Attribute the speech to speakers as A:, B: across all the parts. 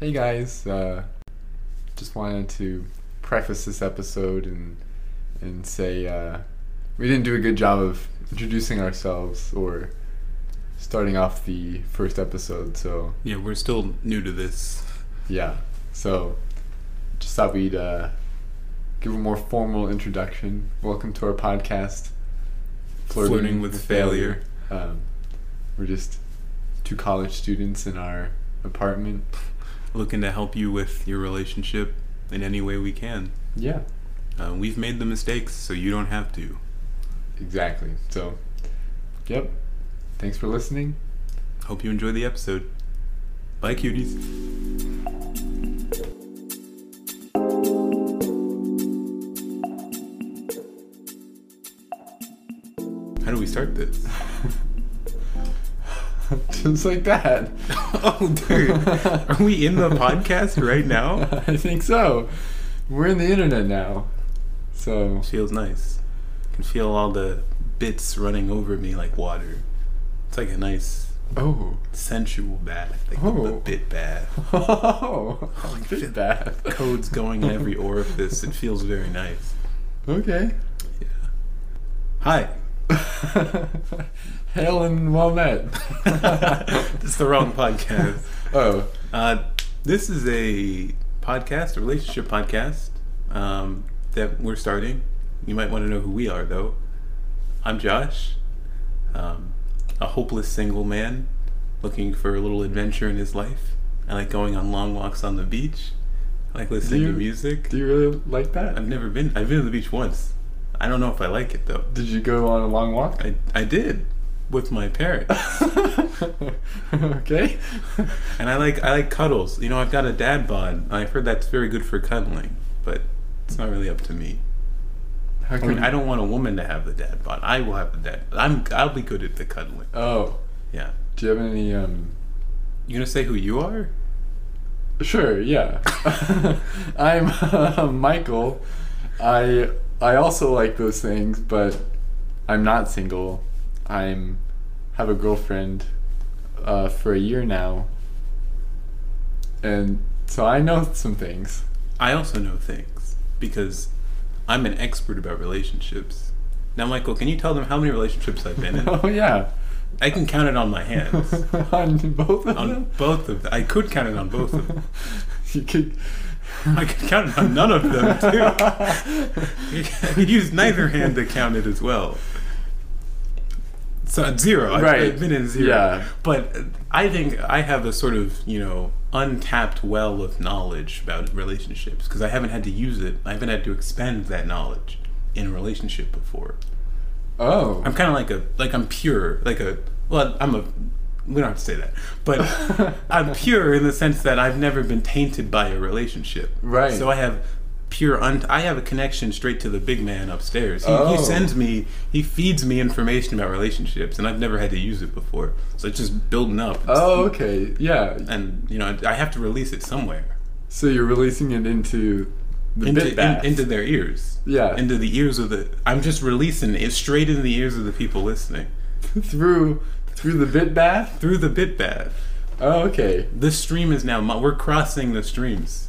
A: Hey guys, uh, just wanted to preface this episode and and say uh, we didn't do a good job of introducing ourselves or starting off the first episode. So
B: Yeah, we're still new to this.
A: yeah, so just thought we'd uh, give a more formal introduction. Welcome to our podcast,
B: Flirting, with, failure.
A: Um, we're just two college students in our apartment.
B: looking to help you with your relationship in any way we can.
A: Yeah.
B: Uh, we've made the mistakes, so you don't have to.
A: Exactly. So, yep. Thanks for listening.
B: Hope you enjoy the episode. Bye, cuties. How do we start this?
A: Just like that.
B: oh, dude. Are we in the podcast right now?
A: I think so. We're in the internet now. So,
B: Feels nice. I can feel all the bits running over me like water. It's like a nice
A: oh.
B: sensual bath, like the,
A: Oh.
B: the bit bath.
A: Oh,
B: Oh,
A: I did
B: shit.
A: that.
B: Codes going in every orifice. It feels very nice.
A: Okay.
B: Yeah. Hi.
A: Hail and well met.
B: It's the wrong podcast.
A: Oh,
B: Uh, this is a podcast, a relationship podcast um, that we're starting. You might want to know who we are, though. I'm Josh, um, a hopeless single man looking for a little adventure in his life. I like going on long walks on the beach. I like listening
A: you-
B: to music.
A: do you really like that?
B: I've never been. I've been to the beach once. I don't know if I like it though.
A: Did you go on a long walk?
B: I I did with my parents,
A: okay.
B: and I like I like cuddles. You know, I've got a dad bod. I've heard that's very good for cuddling, but it's not really up to me.
A: How
B: I mean, I don't want a woman to have the dad bod. I will have the dad. I'm I'll be good at the cuddling.
A: Oh,
B: Yeah.
A: do you have any um
B: You gonna say who you are?
A: Sure, yeah. I'm uh, Michael. I I also like those things, but I'm not single. I'm have a girlfriend uh, for a year now, and so I know some things.
B: I also know things because I'm an expert about relationships. Now, Michael, can you tell them how many relationships I've been in?
A: oh yeah,
B: I can count it on my hands.
A: on both of
B: on
A: them.
B: both of them. I could count it on both of them.
A: you could.
B: I could count it on none of them too. I could use neither hand to count it as well. So zero. I've-
A: Right.
B: I've been in zero.
A: Yeah.
B: But I think I have a sort of you know untapped well of knowledge about relationships because I haven't had to use it. I haven't had to expend that knowledge in a relationship before.
A: Oh,
B: I'm kind of like a like I'm pure like a well I'm a we don't have to say that but I'm pure in the sense that I've never been tainted by a relationship
A: Right.
B: so I have pure un- I have a connection straight to the big man upstairs he,
A: Oh.
B: he sends me he feeds me information about relationships and I've never had to use it before so it's just building up
A: oh, okay, yeah.
B: and you know I have to release it somewhere
A: So you're releasing it into the
B: into,
A: bit
B: in-
A: bath.
B: into their ears
A: yeah,
B: into the ears of the I'm just releasing it straight in the ears of the people listening
A: through through the bit bath.
B: through the bit bath
A: Oh, okay.
B: This stream is now my, we're crossing the streams.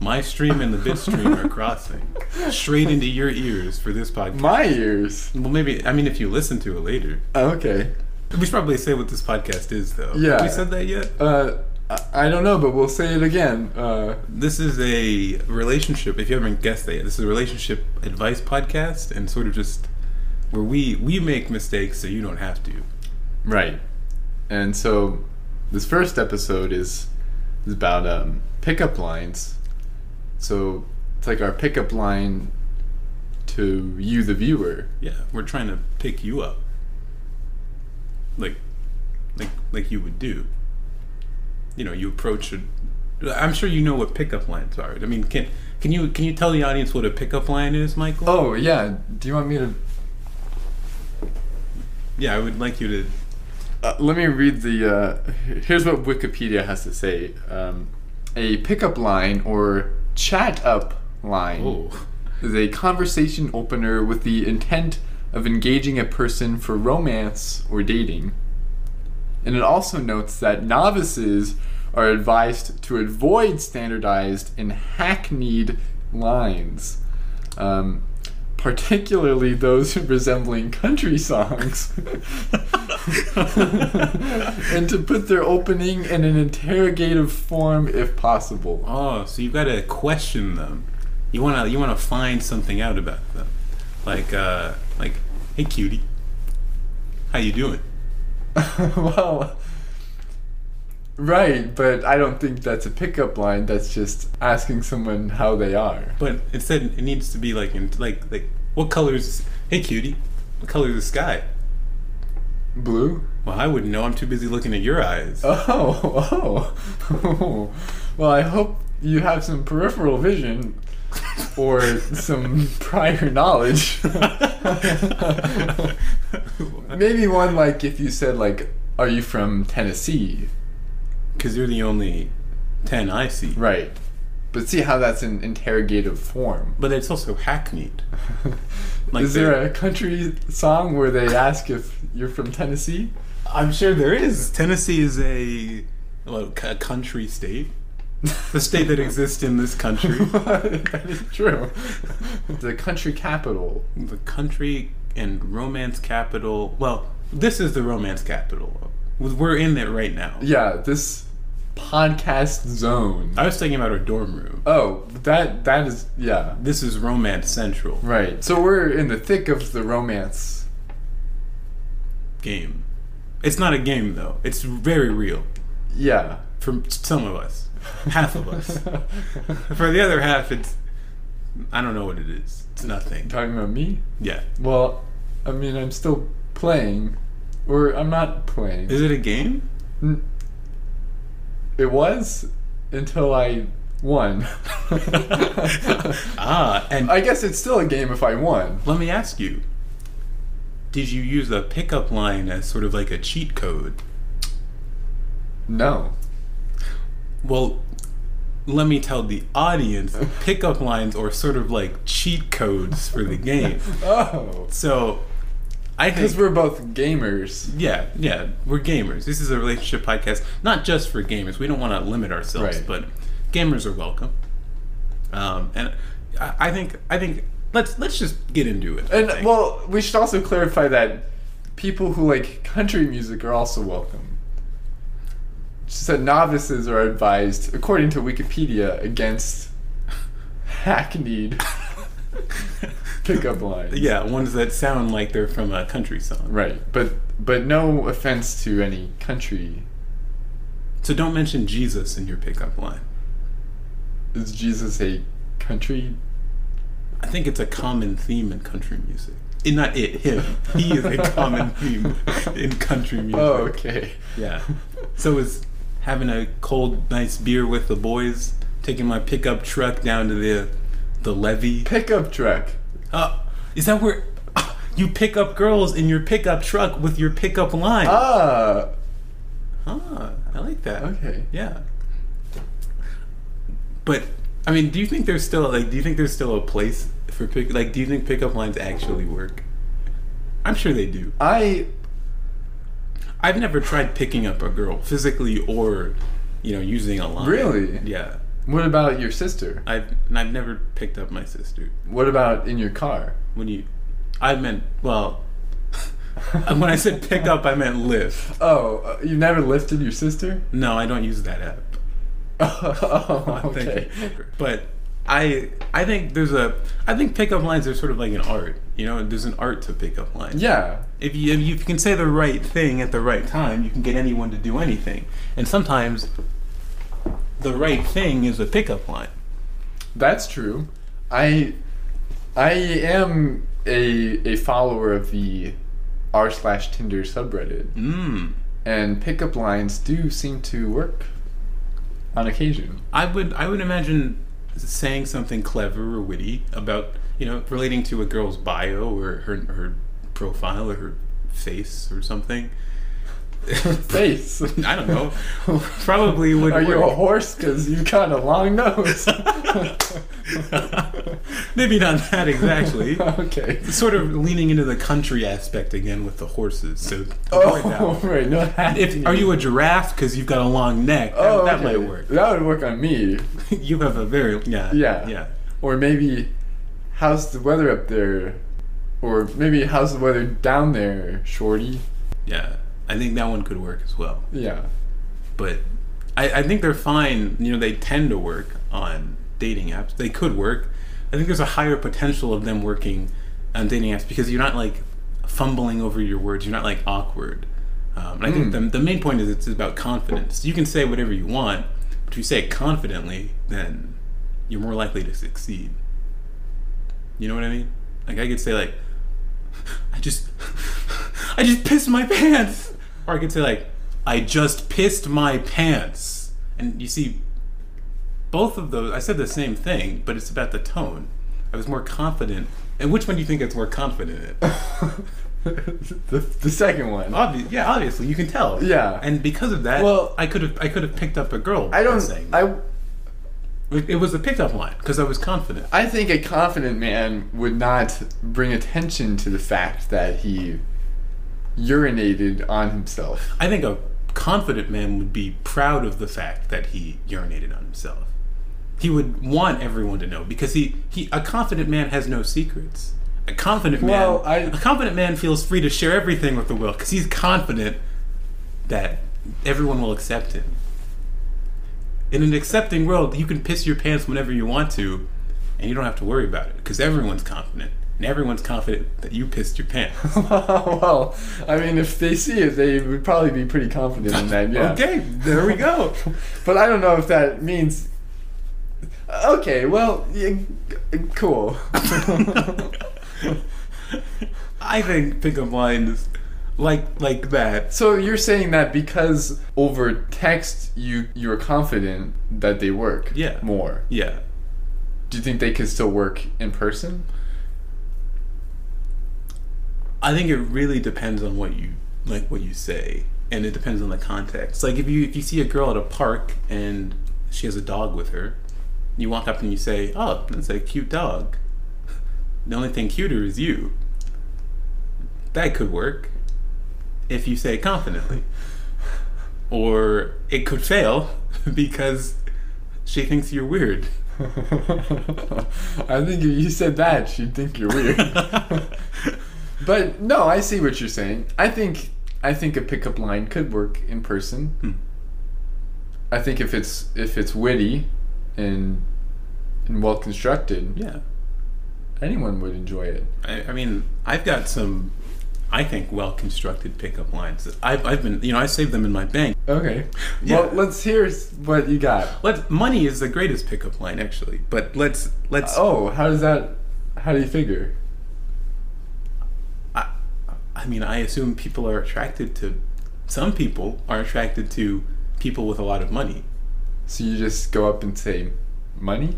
B: My stream and the bit stream are crossing straight into your ears for this podcast.
A: My ears. Oh,
B: well, maybe I mean if you listen to it later,
A: Okay.
B: we should probably say what this podcast is, though.
A: Yeah.
B: Have we said that yet?
A: Uh, I, I don't know, but we'll say it again. Uh,
B: This is a relationship. If you haven't guessed that yet, this is a relationship advice podcast, and sort of just where we we make mistakes so you don't have to.
A: right. And so, this first episode is is about um, pickup lines. So it's like our pickup line to you, the viewer.
B: Yeah, we're trying to pick you up, like, like, like you would do. You know, you approach. A, I'm sure you know what pickup lines are. I mean, can can you can you tell the audience what a pickup line is, Michael?
A: Oh yeah. Do you want me to?
B: Yeah, I would like you to.
A: Uh, let me read the. Uh, here's what Wikipedia has to say. Um, a pickup line or chat up line.
B: Oh,
A: is a conversation opener with the intent of engaging a person for romance or dating. And it also notes that novices are advised to avoid standardized and hackneyed lines, um, particularly those resembling country songs, and to put their opening in an interrogative form if possible.
B: Oh, so you've got to question them. You wanna you wanna find something out about them, like uh, like hey cutie, how you doing?
A: well, right, but I don't think that's a pickup line. That's just asking someone how they are.
B: But instead, it needs to be like in, like like what color is hey cutie, what color is the sky?
A: Blue?
B: Well, I wouldn't know. I'm too busy looking at your eyes.
A: Oh, oh. well, I hope you have some peripheral vision or some prior knowledge. Maybe one like if you said like, "Are you from Tennessee?"
B: Because you're the only 10 I see.
A: Right. But see how that's an interrogative form.
B: But it's also hackneyed. Like
A: Is there a country song where they ask if you're from Tennessee?
B: I'm sure there is. Tennessee is a, well, c- a country state. The state that exists in this country.
A: that is true. the country capital.
B: the country and romance capital. Well, this is the romance capital. We're in it right now.
A: Yeah, this podcast zone.
B: I was thinking about our dorm room.
A: Oh, that that is yeah.
B: This is Romance Central
A: Right. So we're in the thick of the romance.
B: game. It's not a game, though. It's very real
A: Yeah.
B: for some of us, half of us. For the other half, it's I don't know what it is. It's nothing.
A: Talking about me?
B: Yeah.
A: Well, I mean, I'm still playing, or I'm not playing.
B: Is it a game?
A: N- It was until I won.
B: ah, and
A: I guess it's still a game if I won.
B: let me ask you: Did you use a pickup line as sort of like a cheat code?
A: No.
B: Well, let me tell the audience: pickup lines are sort of like cheat codes for the game.
A: Oh.
B: So, I
A: Because
B: think
A: we're both gamers.
B: Yeah, yeah, we're gamers. This is a relationship podcast, not just for gamers. We don't want to limit ourselves,
A: Right.
B: but gamers are welcome. Um, and I, I think I think let's let's just get into it. I
A: And,
B: think.
A: well, we should also clarify that people who like country music are also welcome. She said novices are advised, according to Wikipedia, against hackneyed pickup lines.
B: yeah, ones that sound like they're from a country song.
A: Right, but but no offense to any country.
B: So don't mention Jesus in your pickup line.
A: Is Jesus a country?
B: I think it's a common theme in country music. Eh, not it, him. He is a common theme in country music.
A: Oh, okay.
B: Yeah. So is having a cold, nice beer with the boys, taking my pickup truck down to the the levee.
A: Pickup truck.
B: Uh, is that where ah, you pick up girls in your pickup truck with your pickup line?
A: Ah,
B: Ah, I like that.
A: okay.
B: Yeah. But I mean, do you think there's still like do you think there's still a place for pick like do you think pickup lines actually work? I'm sure they do.
A: I
B: I've never tried picking up a girl physically or you know using a line.
A: really.
B: Yeah.
A: What about your sister?
B: I've and I've never picked up my sister.
A: What about in your car?
B: When you, I meant well. when I said pick up, I meant lift.
A: Oh, uh, you never lifted your sister?
B: No, I don't use that app.
A: Oh,
B: Thank
A: okay.
B: you. But I I think there's a I think pickup lines are sort of like an art. You know, there's an art to pickup lines.
A: Yeah,
B: If you if you can say the right thing at the right time, you can get anyone to do anything. And sometimes the right thing is a pickup line.
A: that's true. I I am a a follower of the r slash Tinder subreddit, Hmm.
B: Mm.
A: and pickup lines do seem to work on occasion.
B: I would I would imagine saying something clever or witty about you know relating to a girl's bio or her her profile or her face or something
A: face?
B: I don't know. Probably would
A: Are you a
B: work.
A: horse? Because you've got a long nose.
B: Maybe not that exactly.
A: okay.
B: Sort of leaning into the country aspect again with the horses. So avoid that
A: Oh,
B: one.
A: right. No,
B: And if are you a giraffe because you've got a long neck? That,
A: Oh,
B: that
A: okay.
B: might work.
A: That would work on me.
B: you have a very yeah
A: Yeah.
B: yeah.
A: Or maybe, how's the weather up there? Or maybe, how's the weather down there, Shorty?
B: Yeah, I think that one could work as well.
A: Yeah.
B: But I, I think they're fine. You know, they tend to work on dating apps. They could work. I think there's a higher potential of them working on dating apps because you're not like fumbling over your words. You're not like awkward. Um, and I think the,
A: Mm.
B: the main point is it's about confidence. You can say whatever you want, but if you say it confidently, then you're more likely to succeed. You know what I mean? Like I could say like, I just, I just pissed my pants, or I could say like, I just pissed my pants. And you see, both of those, I said the same thing, but it's about the tone. I was more confident. And which one do you think it's more confident in?
A: the, the second one.
B: Obvi- yeah, obviously you can tell.
A: Yeah.
B: And because of that,
A: Well-
B: well, I could have I could have picked up a girl.
A: I
B: by
A: don't.
B: saying that.
A: I
B: It it was a pickup line because I was confident.
A: I think a confident man would not bring attention to the fact that he urinated on himself.
B: I think a confident man would be proud of the fact that he urinated on himself. He would want everyone to know because he, he a confident man has no secrets. A confident
A: Well, I-
B: man a confident man feels free to share everything with the world because he's confident that everyone will accept him. In an accepting world, you can piss your pants whenever you want to, and you don't have to worry about it because everyone's confident, and everyone's confident that you pissed your pants.
A: well, I mean, if they see it, they would probably be pretty confident in that. Yeah.
B: Okay, there we go.
A: But I don't know if that means. Okay. Well, yeah, g- cool.
B: I think pickup lines like like that.
A: so you're saying that because over text you you're confident that they work.
B: Yeah.
A: More.
B: Yeah.
A: Do you think they could still work in person?
B: I think it really depends on what you like what you say and it depends on the context. Like if you if you see a girl at a park and she has a dog with her, you walk up and you say, "Oh, that's a cute dog." The only thing cuter is you. That could work if you say it confidently. Or it could fail because she thinks you're weird.
A: I think if you said that, she'd think you're weird.
B: Hmm.
A: but no, I see what you're saying. I think I think a pickup line could work in person.
B: Hmm.
A: I think if it's if it's witty and and well constructed,
B: Yeah.
A: anyone would enjoy it.
B: I, I mean, I've got some, I think, well constructed pickup lines. that I've, I've been, you know, I saved them in my bank.
A: Okay.
B: Yeah.
A: Well, let's hear s- what you got.
B: Let money is the greatest pickup line, actually. But let's let's.
A: Oh, how does that? How do you figure?
B: I, I mean, I assume people are attracted to. Some people are attracted to people with a lot of money.
A: So you just go up and say, "Money."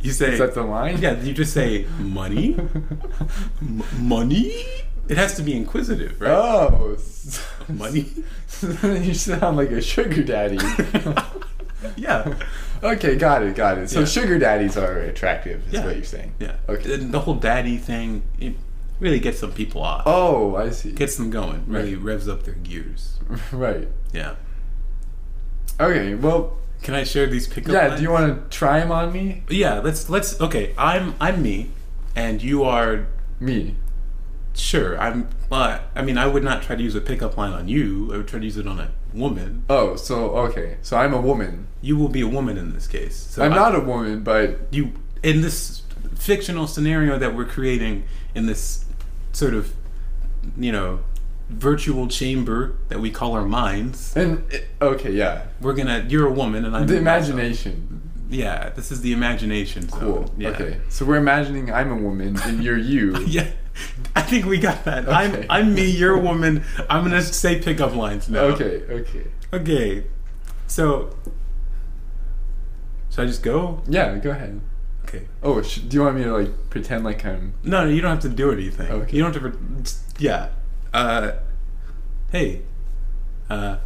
B: You say
A: Is that the line?
B: Yeah, you just say money, M- money. It has to be inquisitive, right?
A: Oh,
B: Money?
A: you sound like a sugar daddy. Oh.
B: yeah,
A: okay, got it, got it. So
B: Yeah.
A: sugar daddies are attractive, is
B: Yeah.
A: what you're saying.
B: yeah.
A: Okay.
B: And the whole daddy thing it really gets some people off.
A: Oh, I see.
B: gets them going. Really
A: Right.
B: revs up their gears.
A: right.
B: Yeah.
A: Okay. Well,
B: Can I share these pickup?
A: yeah.
B: lines?
A: Do you want to try them on me?
B: Yeah. Let's let's. Okay. I'm I'm me, and you are
A: Me.
B: sure. I'm. Uh, I mean, I would not try to use a pickup line on you. I would try to use it on a woman.
A: Oh, so okay. So I'm a woman.
B: You will be a woman in this case. So
A: I'm
B: I-
A: not a woman, but
B: you in this fictional scenario that we're creating in this sort of you know virtual chamber that we call our minds.
A: and okay, yeah.
B: We're gonna. You're a woman, and I'm
A: The
B: imagination.
A: imagination.
B: Yeah, this is the imagination. Zone.
A: Cool.
B: Yeah.
A: Okay. So we're imagining I'm a woman and you're you.
B: Yeah, I think we got that.
A: Okay.
B: I'm I'm me. You're a woman. I'm gonna say pickup lines now.
A: Okay. Okay.
B: Okay. So, should I just go?
A: Yeah. Go ahead.
B: Okay.
A: Oh, sh- do you want me to like pretend like I'm?
B: No, no, you don't have to do anything.
A: Okay.
B: You don't have to. Pre- just- yeah. Uh, hey, uh,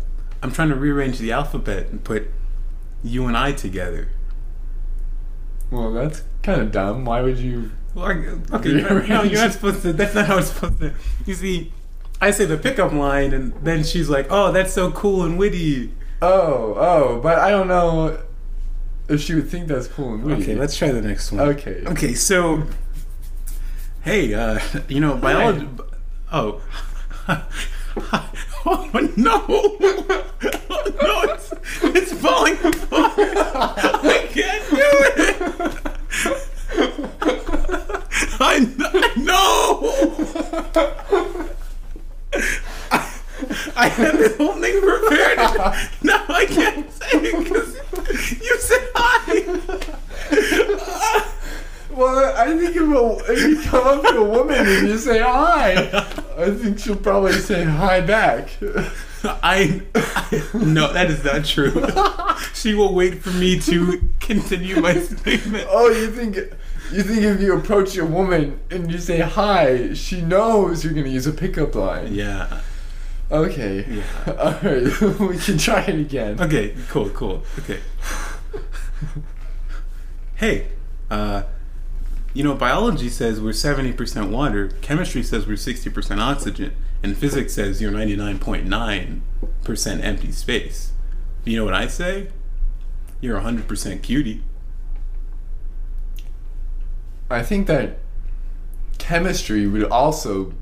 B: I'm trying to rearrange the alphabet and put you and I together.
A: Well, that's kind of dumb. Why would you?
B: Well, I- okay, but no, you're not supposed to. That's not how it's supposed to. You see, I say the pickup line, and then she's like, "Oh, that's so cool and witty."
A: Oh, oh, but I don't know if she would think that's cool and witty.
B: Okay, let's try the next one.
A: Okay.
B: Okay, so hey, uh, you know, biology. Oh. oh no! Oh, no, it's, it's falling apart. I can't do it. I kn- no. I, I had this whole thing prepared. Now I can't say it because you said hi.
A: Well, I think if, a, if you come up to a woman and you say hi, I think she'll probably say hi back.
B: I, I no, that is not true. she will wait for me to continue my statement.
A: Oh, you think you think if you approach a woman and you say hi, she knows you're gonna use a pickup line.
B: Yeah.
A: Okay.
B: Yeah.
A: All right. we can try it again.
B: Okay. Cool. Cool. Okay. Hey, uh, you know, biology says we're seventy percent water. Chemistry says we're sixty percent oxygen, and physics says you're ninety-nine point nine percent empty space. You know what I say? You're hundred percent cutie.
A: I think that chemistry would also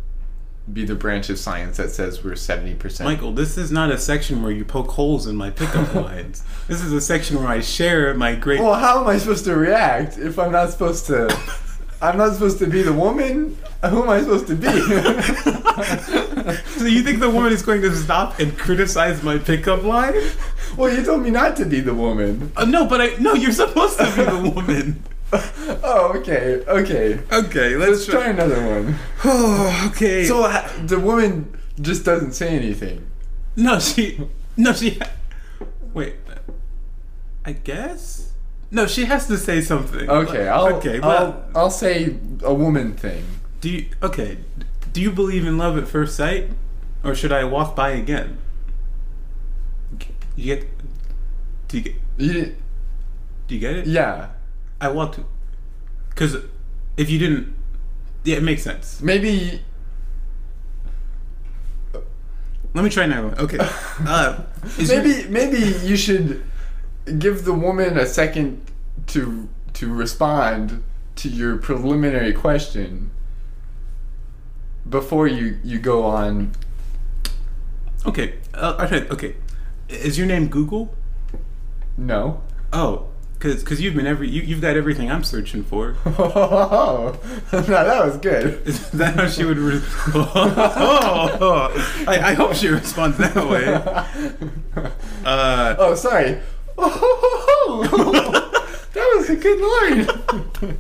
A: be the branch of science that says we're seventy percent.
B: Michael, this is not a section where you poke holes in my pickup lines. This is a section where I share my great.
A: Well, how am I supposed to react if I'm not supposed to? I'm not supposed to be the woman. Who am I supposed to be?
B: so you think the woman is going to stop and criticize my pickup line?
A: well, you told me not to be the woman.
B: Uh, no, but I no. You're supposed to be the woman.
A: oh, okay, okay.
B: Okay,
A: Let's
B: let's,
A: try another one.
B: Oh, okay.
A: So uh,
B: So
A: ha- the woman just doesn't say anything.
B: no, she, no, she. Wait, I guess. No, she has to say something.
A: Okay, I'll
B: okay,
A: I'll,
B: well,
A: I'll say a woman thing.
B: do you okay? Do you believe in love at first sight, or should I walk by again? You get. Do you get?
A: You,
B: Do you get it?
A: yeah,
B: I walked. Cause if you didn't, yeah, it makes sense.
A: maybe.
B: Let me try another one. Okay. Uh, is your-
A: Maybe maybe you should give the woman a second to to respond to your preliminary question before you you go on.
B: okay. Uh, all right, okay. Is your name Google?
A: No.
B: Oh, cause cause you've been every you you've got everything I'm searching for.
A: Oh, that was good.
B: Is that how she would? Re- oh, I, I hope she responds that way. Uh,
A: Oh, sorry. that was a good line.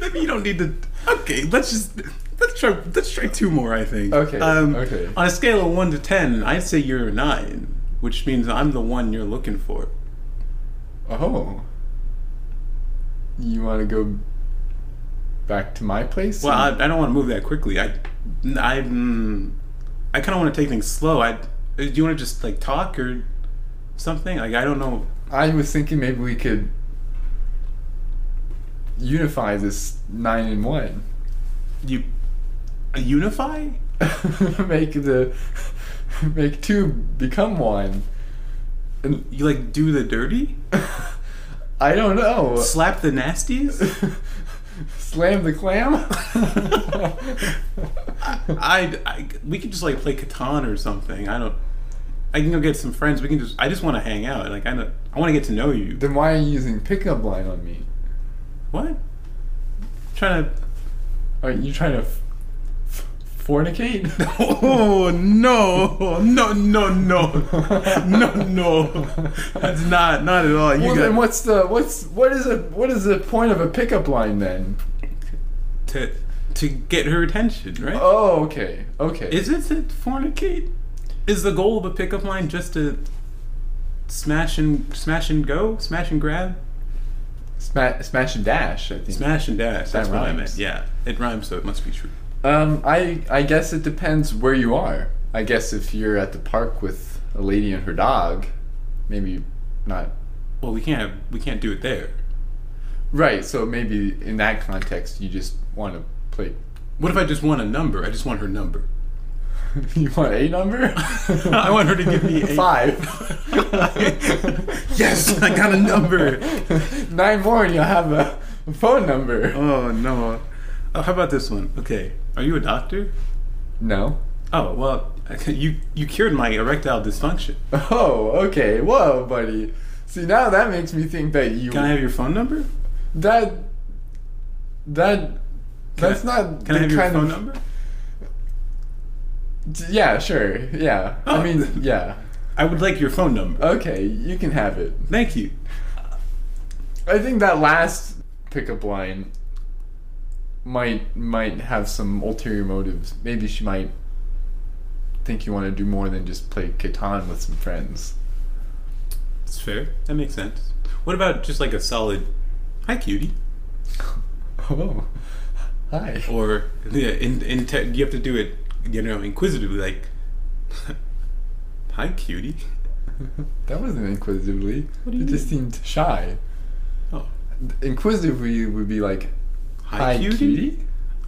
B: Maybe you don't need to. Okay, let's just let's try let's try two more. I think. Um,
A: Okay, okay.
B: On a scale of one to ten, I'd say you're a nine, which means I'm the one you're looking for.
A: oh. You want to go back to my place?
B: Well, I, I don't want to move that quickly. I I mm, I kind of want to take things slow. I do you want to just like talk or something? Like I don't know.
A: I was thinking maybe we could unify this nine and one.
B: You unify?
A: make the make two become one. And
B: You like do the dirty?
A: I don't know.
B: Slap the nasties?
A: Slam the clam.
B: I, I we could just like play Catan or something. I don't. I can go get some friends. We can just. I just want to hang out. Like I don't. I want to get to know you.
A: then why are you using pickup line on me?
B: What? Trying to.
A: Are you trying to f- f- fornicate?
B: Oh no! No no no no no! That's not not at all. You
A: well,
B: got
A: then what's the what's what is a what is the point of a pickup line then?
B: to to get her attention, right?
A: Oh, okay, okay.
B: Is it to fornicate? Is the goal of a pickup line just to smash and smash and go, smash and grab?
A: Sma- smash and dash? I think.
B: Smash and dash. That's what I
A: rhymes.
B: meant. Yeah, it rhymes, so it must be true.
A: Um, I I guess it depends where you are. I guess if you're at the park with a lady and her dog, maybe not.
B: Well, we can't have, we can't do it there.
A: Right. So maybe in that context, you just want to play.
B: What if I just want a number? I just want her number.
A: you want a number?
B: I want her to give me a-
A: five.
B: Yes, I got a number.
A: Nine more, and you'll have a phone number.
B: Oh no. Oh, how about this one? Okay, are you a doctor?
A: No.
B: Oh well, you you cured my erectile dysfunction.
A: Oh, okay. Whoa, buddy. See, now that makes me think that you
B: Can I have your phone number?
A: that that that's
B: I-
A: not
B: Can
A: the
B: I have your
A: kind
B: phone
A: of-
B: number?
A: D- Yeah, sure. Yeah.
B: Oh.
A: I mean, yeah.
B: I would like your phone number.
A: Okay, you can have it.
B: Thank you.
A: I think that last pickup line might might have some ulterior motives. Maybe she might think you want to do more than just play Catan with some friends.
B: It's fair. That makes sense. What about just like a solid, hi cutie,
A: Oh, hi.
B: or yeah, in, in te- you have to do it, you know, inquisitively, like, hi cutie.
A: That wasn't inquisitively.
B: What do you
A: it just
B: mean?
A: seemed shy.
B: Oh,
A: Inquisitively would be like,
B: hi,
A: hi,
B: cutie?
A: cutie?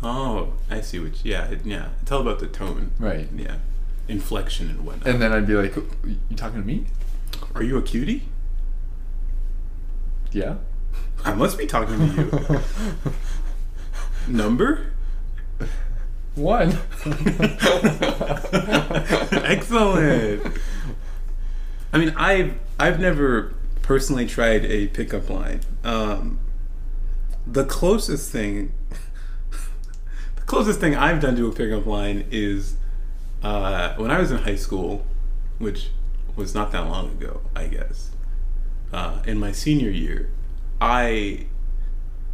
B: Oh, I see which. Yeah, it, yeah. It's all about the tone.
A: Right.
B: Yeah, inflection and whatnot.
A: And then I'd be like, "Oh, you talking to me?
B: Are you a cutie?
A: Yeah.
B: I must be talking to you. Number?
A: One.
B: Excellent. I mean, I've I've never personally tried a pickup line. Um, the closest thing, the closest thing I've done to a pickup line is uh, when I was in high school, which was not that long ago, I guess. Uh, in my senior year, I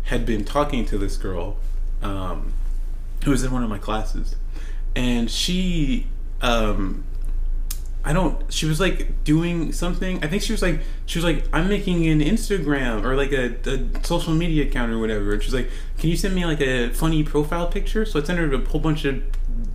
B: had been talking to this girl um, who was in one of my classes, and she um, I don't. She was like doing something. I think she was like she was like I'm making an Instagram or like a, a social media account or whatever. And she's like, can you send me like a funny profile picture? So I sent her a whole bunch of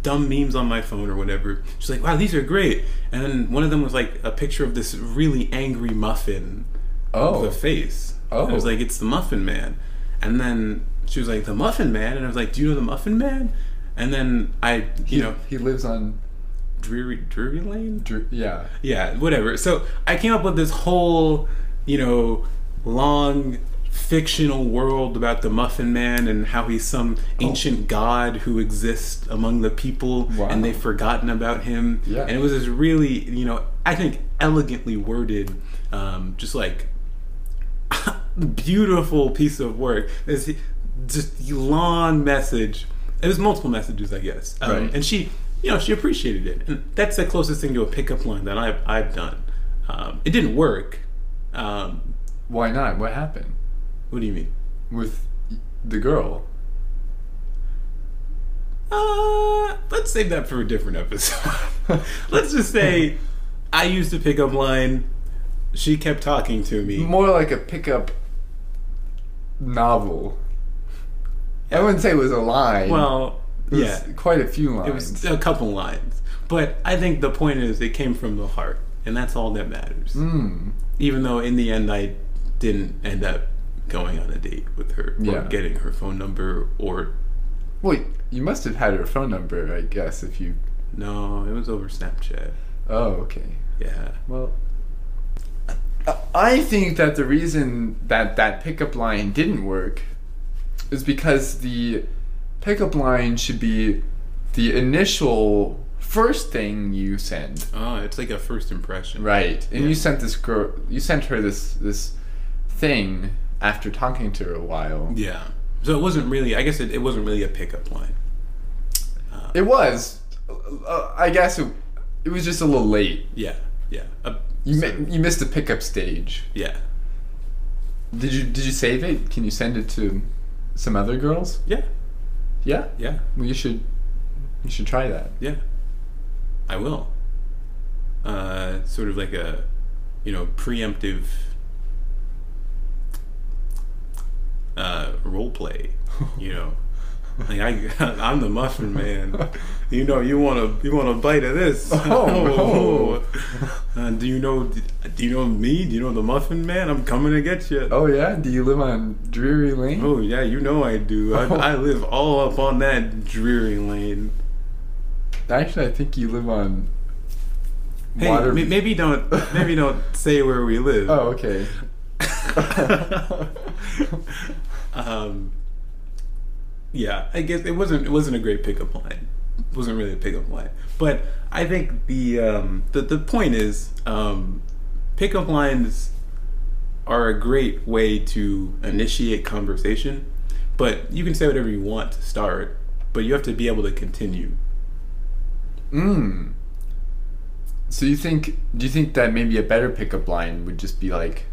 B: dumb memes on my phone or whatever. She's like, wow, these are great. And then one of them was like a picture of this really angry muffin
A: Oh.
B: the face.
A: Oh.
B: I was like, it's the Muffin Man. And then she was like, the Muffin Man? And I was like, do you know the Muffin Man? And then I, you know,
A: He lives on,
B: Dreary, Dreary Lane?
A: Dr- yeah.
B: yeah, whatever. So I came up with this whole, you know, long fictional world about the Muffin Man and how he's some
A: Oh.
B: ancient god who exists among the people
A: Wow.
B: and they've forgotten about him.
A: Yeah.
B: And it was this really, you know, I think elegantly worded, um, just like beautiful piece of work. This just long message. It was multiple messages, I guess. Um,
A: Right.
B: And she, you know, she appreciated it, and that's the closest thing to a pickup line that I've I've done. Um, it didn't work. Um,
A: Why not? What happened
B: what do you mean?
A: with the girl?
B: Uh, let's save that for a different episode. let's just say I used a pickup line. She kept talking to me.
A: More like a pickup novel. I wouldn't say it was a line.
B: well,
A: it was
B: yeah.
A: quite a few lines.
B: It was a couple lines, but I think the point is it came from the heart, and that's all that matters.
A: Mm.
B: Even though in the end I didn't end up going on a date with her or
A: Yeah.
B: getting her phone number or
A: Wait, you must have had her phone number, I guess, if you.
B: no, it was over Snapchat.
A: Oh, okay.
B: Yeah.
A: Well, I- I think that the reason that that pickup line didn't work is because the pickup line should be the initial first thing you send.
B: Oh, it's like a first impression.
A: Right. And
B: Yeah.
A: you sent this girl you sent her this this thing after talking to her a while.
B: Yeah. So it wasn't really. I guess it, it wasn't really a pickup line.
A: It was uh, I guess it, it was just a little late.
B: Yeah. Yeah. A,
A: You mi- you missed the pickup stage.
B: yeah.
A: Did you did you save it? Can you send it to some other girls?
B: Yeah.
A: Yeah.
B: Yeah.
A: Well, you should you should try that.
B: Yeah, I will. Uh, sort of like a, you know, preemptive uh, role play. You know, Like I, I'm the muffin man. You know, you want to you want a bite of this.
A: Oh, no.
B: Uh, do you know? Do you know me? Do you know the muffin man? I'm coming to get you.
A: Oh yeah, do you live on Dreary Lane?
B: Oh, yeah, you know I do. I,
A: Oh.
B: I live all up on that dreary lane.
A: Actually, I think you live on
B: Hey,
A: Water.
B: ma- maybe don't maybe don't say where we live.
A: Oh, okay.
B: um, yeah, I guess it wasn't it wasn't a great pickup line. It wasn't really a pickup line, but I think the um, the the point is um, pickup lines are a great way to initiate conversation. But you can say whatever you want to start, but you have to be able to continue.
A: Mm. So you think? Do you think that maybe a better pickup line would just be like,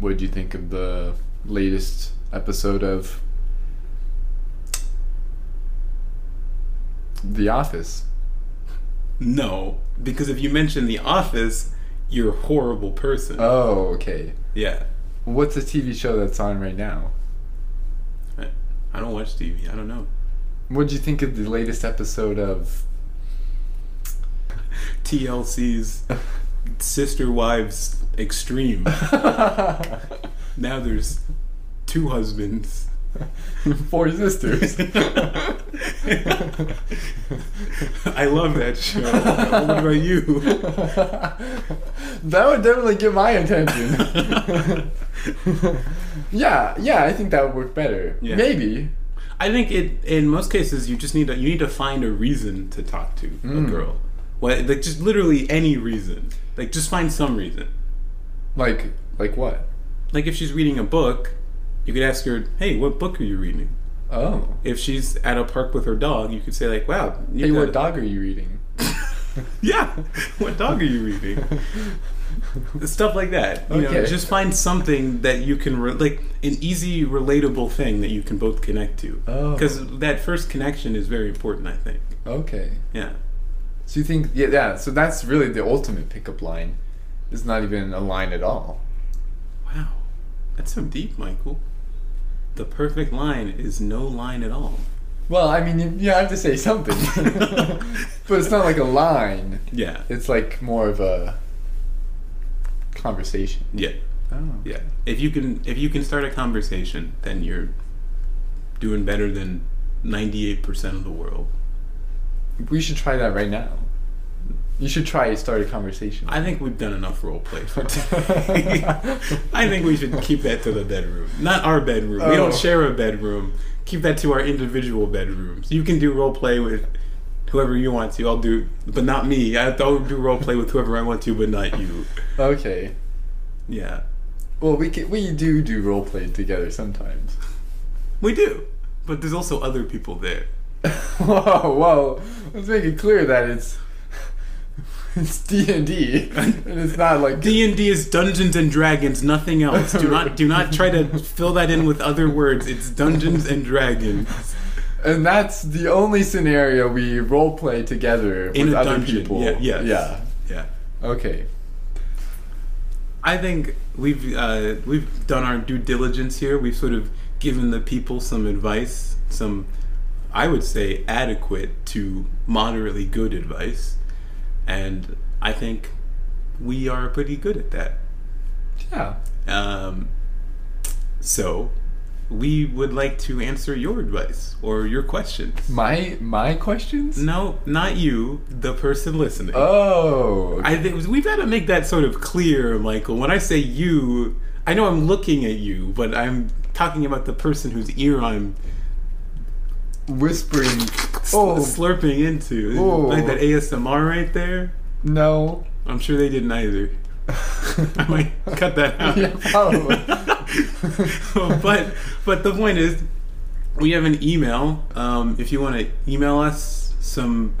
A: "What do you think of the latest episode of The Office?"
B: No, because if you mention The Office, you're a horrible person.
A: Oh, okay.
B: yeah.
A: What's a TV show that's on right now?
B: I I don't watch TV. I don't know.
A: What do you think of the latest episode of?
B: TLC's Sister Wives Extreme. Now there's two husbands.
A: Four sisters.
B: I love that show. what about you?
A: that would definitely get my attention. yeah, yeah, I think that would work better.
B: Yeah.
A: Maybe.
B: I think it in most cases you just need to you need to find a reason to talk to
A: Hmm.
B: a girl. Well, like just literally any reason. Like just find some reason.
A: Like like what?
B: Like if she's reading a book, you could ask her, "Hey, what book are you reading?"
A: Oh.
B: If she's at a park with her dog, you could say like, "Wow, you
A: Hey,
B: got
A: what
B: a-
A: dog are you reading?
B: Yeah, what dog are you reading? Stuff like that. You know,
A: Okay.
B: just find something that you can re- like an easy, relatable thing that you can both connect to.
A: Oh.
B: Because that first connection is very important, I think.
A: Okay.
B: Yeah.
A: So you think yeah, yeah, so that's really the ultimate pickup line. It's not even a line at all.
B: Wow, that's so deep, Michael. The perfect line is no line at all.
A: Well, I mean, you, you have to say something. but it's not like a line.
B: Yeah.
A: It's like more of a conversation.
B: Yeah.
A: Oh.
B: Yeah. If you can, if you can start a conversation, then you're doing better than ninety-eight percent of the world.
A: We should try that right now. You should try start a conversation.
B: I think we've done enough role play for today. I think we should keep that to the bedroom. Not our bedroom. We don't
A: Oh.
B: share a bedroom. Keep that to our individual bedrooms. You can do role play with whoever you want to. I'll do, but not me. I- I'll do role play with whoever I want to, but not you.
A: okay.
B: Yeah.
A: Well, we can, we do do role play together sometimes.
B: We do. But there's also other people there.
A: whoa, whoa! Let's make it clear that it's it's D and D, and it's not like
B: D&D is Dungeons and Dragons, nothing else. Do not do not try to fill that in with other words. It's Dungeons and Dragons.
A: And that's the only scenario we role play together
B: In
A: with
B: a
A: other
B: dungeon.
A: people.
B: Yeah, yes.
A: Yeah.
B: Yeah.
A: Okay.
B: I think we've uh, we've done our due diligence here. We've sort of given the people some advice, some I would say adequate to moderately good advice, and I think we are pretty good at that.
A: Yeah.
B: Um, so we would like to answer your advice or your questions.
A: My my questions.
B: No, not you, the person listening.
A: Oh.
B: I think we've got to make that sort of clear, Michael. When I say you, I know I'm looking at you, but I'm talking about the person whose ear I'm
A: whispering.
B: sl-
A: Oh
B: slurping into.
A: Oh.
B: Like that ASMR right there.
A: no.
B: I'm sure they didn't either. I might cut that out.
A: Yeah, probably.
B: but but the point is, we have an email. Um, if you want to email us some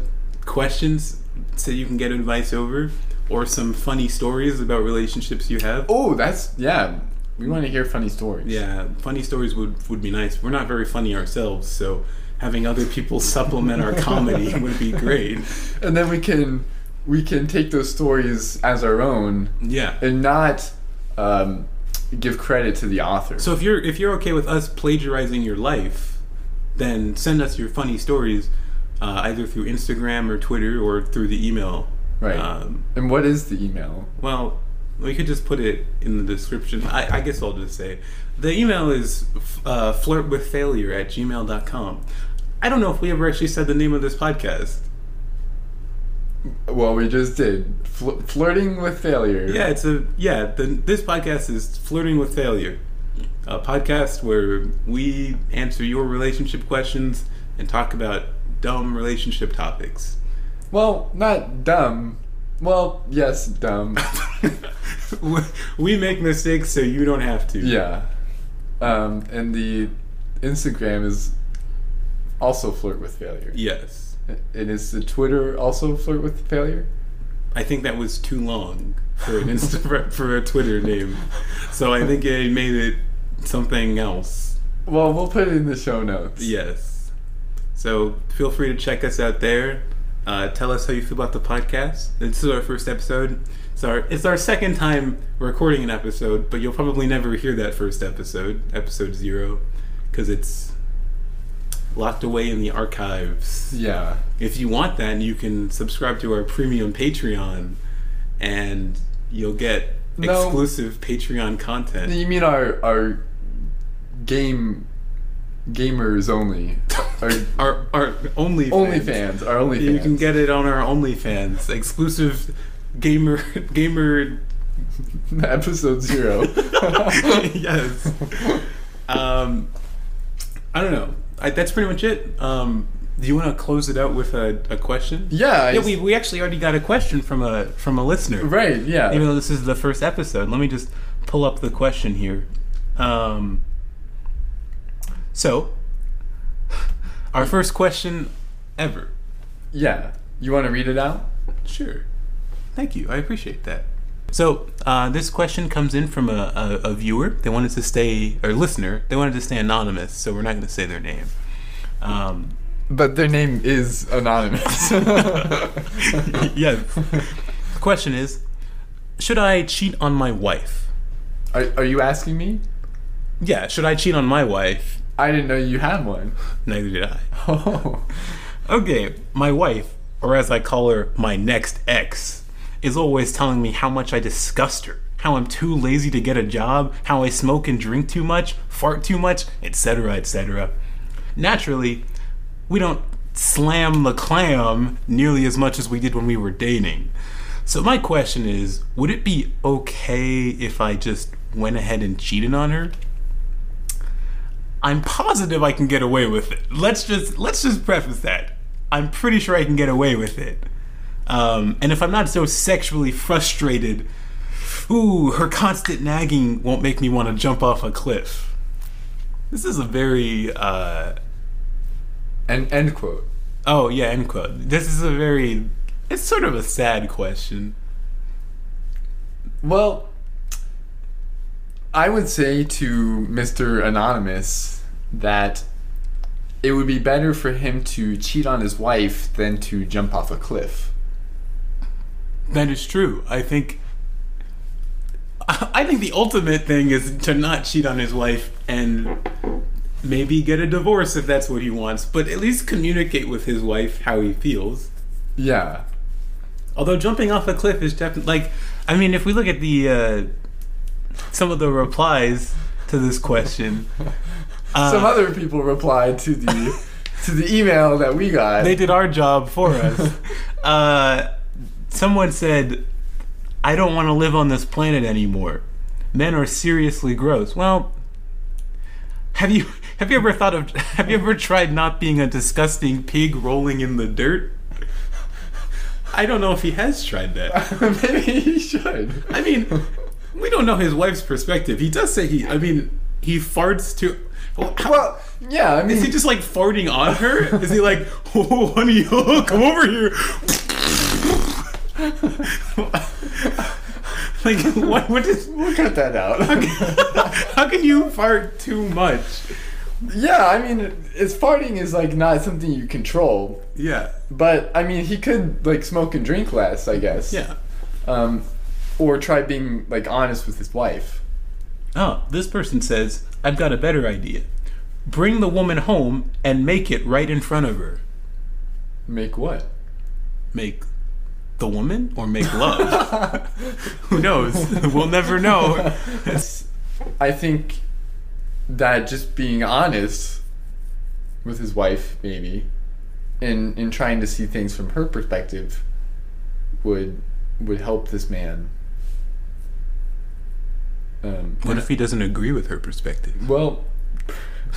B: questions, so you can get advice over, or some funny stories about relationships you have.
A: Oh, that's yeah. We want to hear funny stories.
B: Yeah, funny stories would would be nice. We're not very funny ourselves, so having other people supplement our comedy would be great.
A: And then we can we can take those stories as our own
B: Yeah.
A: and not um, give credit to the author.
B: So if you're if you're okay with us plagiarizing your life, then send us your funny stories uh, either through Instagram or Twitter or through the email.
A: Right.
B: Um,
A: and what is the email?
B: well, we could just put it in the description. I, I guess I'll just say the email is f- uh, flirtwithfailure at gmail.com. I don't know if we ever actually said the name of this podcast.
A: Well, we just did Fl- flirting with failure.
B: Yeah, it's a yeah. The, this podcast is flirting with failure, a podcast where we answer your relationship questions and talk about dumb relationship topics.
A: Well, not dumb. Well, yes, dumb.
B: we make mistakes so you don't have to.
A: yeah. Um, and the Instagram is also flirt with failure.
B: Yes.
A: And is the Twitter also flirt with failure?
B: I think that was too long for an Insta for- for a Twitter name, so I think I made it something else.
A: Well, we'll put it in the show notes.
B: Yes. So feel free to check us out there. Uh, tell us how you feel about the podcast. This is our first episode. It's our it's our second time recording an episode, but you'll probably never hear that first episode, episode zero, because it's locked away in the archives.
A: Yeah.
B: If you want that, you can subscribe to our premium Patreon, and you'll get
A: No.
B: exclusive Patreon content.
A: You mean our our game gamers only? Our
B: our our only
A: OnlyFans, our OnlyFans.
B: You can get it on our OnlyFans, exclusive gamer gamer.
A: episode zero.
B: yes. Um, I don't know. I, that's pretty much it. Um, do you want to close it out with a, a question?
A: Yeah.
B: Yeah,
A: I-
B: we, we actually already got a question from a from a listener.
A: right. Yeah.
B: Even though this is the first episode, let me just pull up the question here. Um, so, our first question ever.
A: yeah. You want to read it out?
B: Sure. Thank you. I appreciate that. So uh, this question comes in from a, a, a viewer. They wanted to stay or listener. They wanted to stay anonymous, so we're not going to say their name. Um,
A: But their name is anonymous.
B: yes. The question is, should I cheat on my wife?
A: Are, are you asking me?
B: Yeah. Should I cheat on my wife?
A: I didn't know you had one.
B: Neither did I.
A: Oh.
B: Okay, my wife, or as I call her, my next ex, is always telling me how much I disgust her, how I'm too lazy to get a job, how I smoke and drink too much, fart too much, etc., etc. Naturally, we don't slam the clam nearly as much as we did when we were dating. So, my question is would it be okay if I just went ahead and cheated on her? I'm positive I can get away with it. Let's just let's just preface that. I'm pretty sure I can get away with it. Um, and if I'm not so sexually frustrated, ooh, her constant nagging won't make me want to jump off a cliff. This is a very uh,
A: And end quote.
B: oh yeah end quote. This is a very it's sort of a sad question.
A: Well, I would say to Mr. Anonymous that it would be better for him to cheat on his wife than to jump off a cliff.
B: That is true. I think. I think the ultimate thing is to not cheat on his wife and maybe get a divorce if that's what he wants, but at least communicate with his wife how he feels.
A: Yeah.
B: Although jumping off a cliff is definitely like, I mean, if we look at the uh, some of the replies to this question, uh,
A: Some other people replied to the to the email that we got.
B: they did our job for us. uh, someone said, I don't want to live on this planet anymore. Men are seriously gross. Well, have you have you ever thought of have you ever tried not being a disgusting pig rolling in the dirt? I don't know if he has tried that.
A: Maybe he should.
B: I mean, we don't know his wife's perspective. He does say he I mean, he farts to well, how-
A: Well, yeah. I mean,
B: is he just like farting on her? Is he like, oh, honey, oh, come over here? like, what, what is.
A: we'll cut that out.
B: How can you fart too much?
A: yeah, I mean, it's farting is like not something you control,
B: Yeah.
A: but I mean, he could like smoke and drink less, I guess.
B: Yeah.
A: Um, or try being like honest with his wife.
B: Oh, this person says, I've got a better idea. bring the woman home and make it right in front of her.
A: Make what?
B: Make the woman or make love? Who knows? we'll never know. It's-
A: I think that just being honest with his wife, maybe, and in trying to see things from her perspective, would would help this man. Um,
B: what if he doesn't agree with her perspective?
A: well,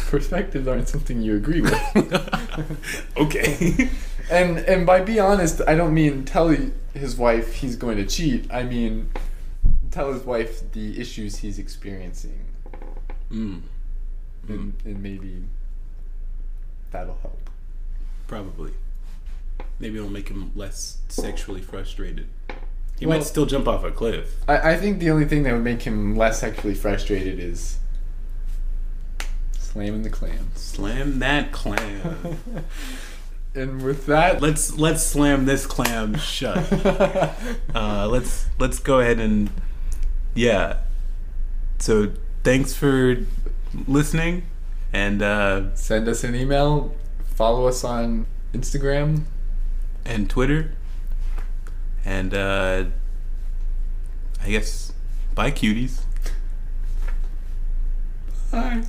A: perspectives aren't something you agree with.
B: okay.
A: and and by be honest, I don't mean tell his wife he's going to cheat. I mean tell his wife the issues he's experiencing,
B: Mm,
A: and, and maybe that'll help.
B: probably. Maybe it'll make him less sexually frustrated. He
A: Well-
B: might still jump off a cliff.
A: I, I think the only thing that would make him less sexually frustrated is slamming the clams.
B: Slam that clam.
A: and with that,
B: let's let's slam this clam shut. uh, let's let's go ahead and yeah. So thanks for listening, and uh,
A: send us an email. Follow us on Instagram.
B: and Twitter, and uh, I guess bye, cuties.
A: Bye.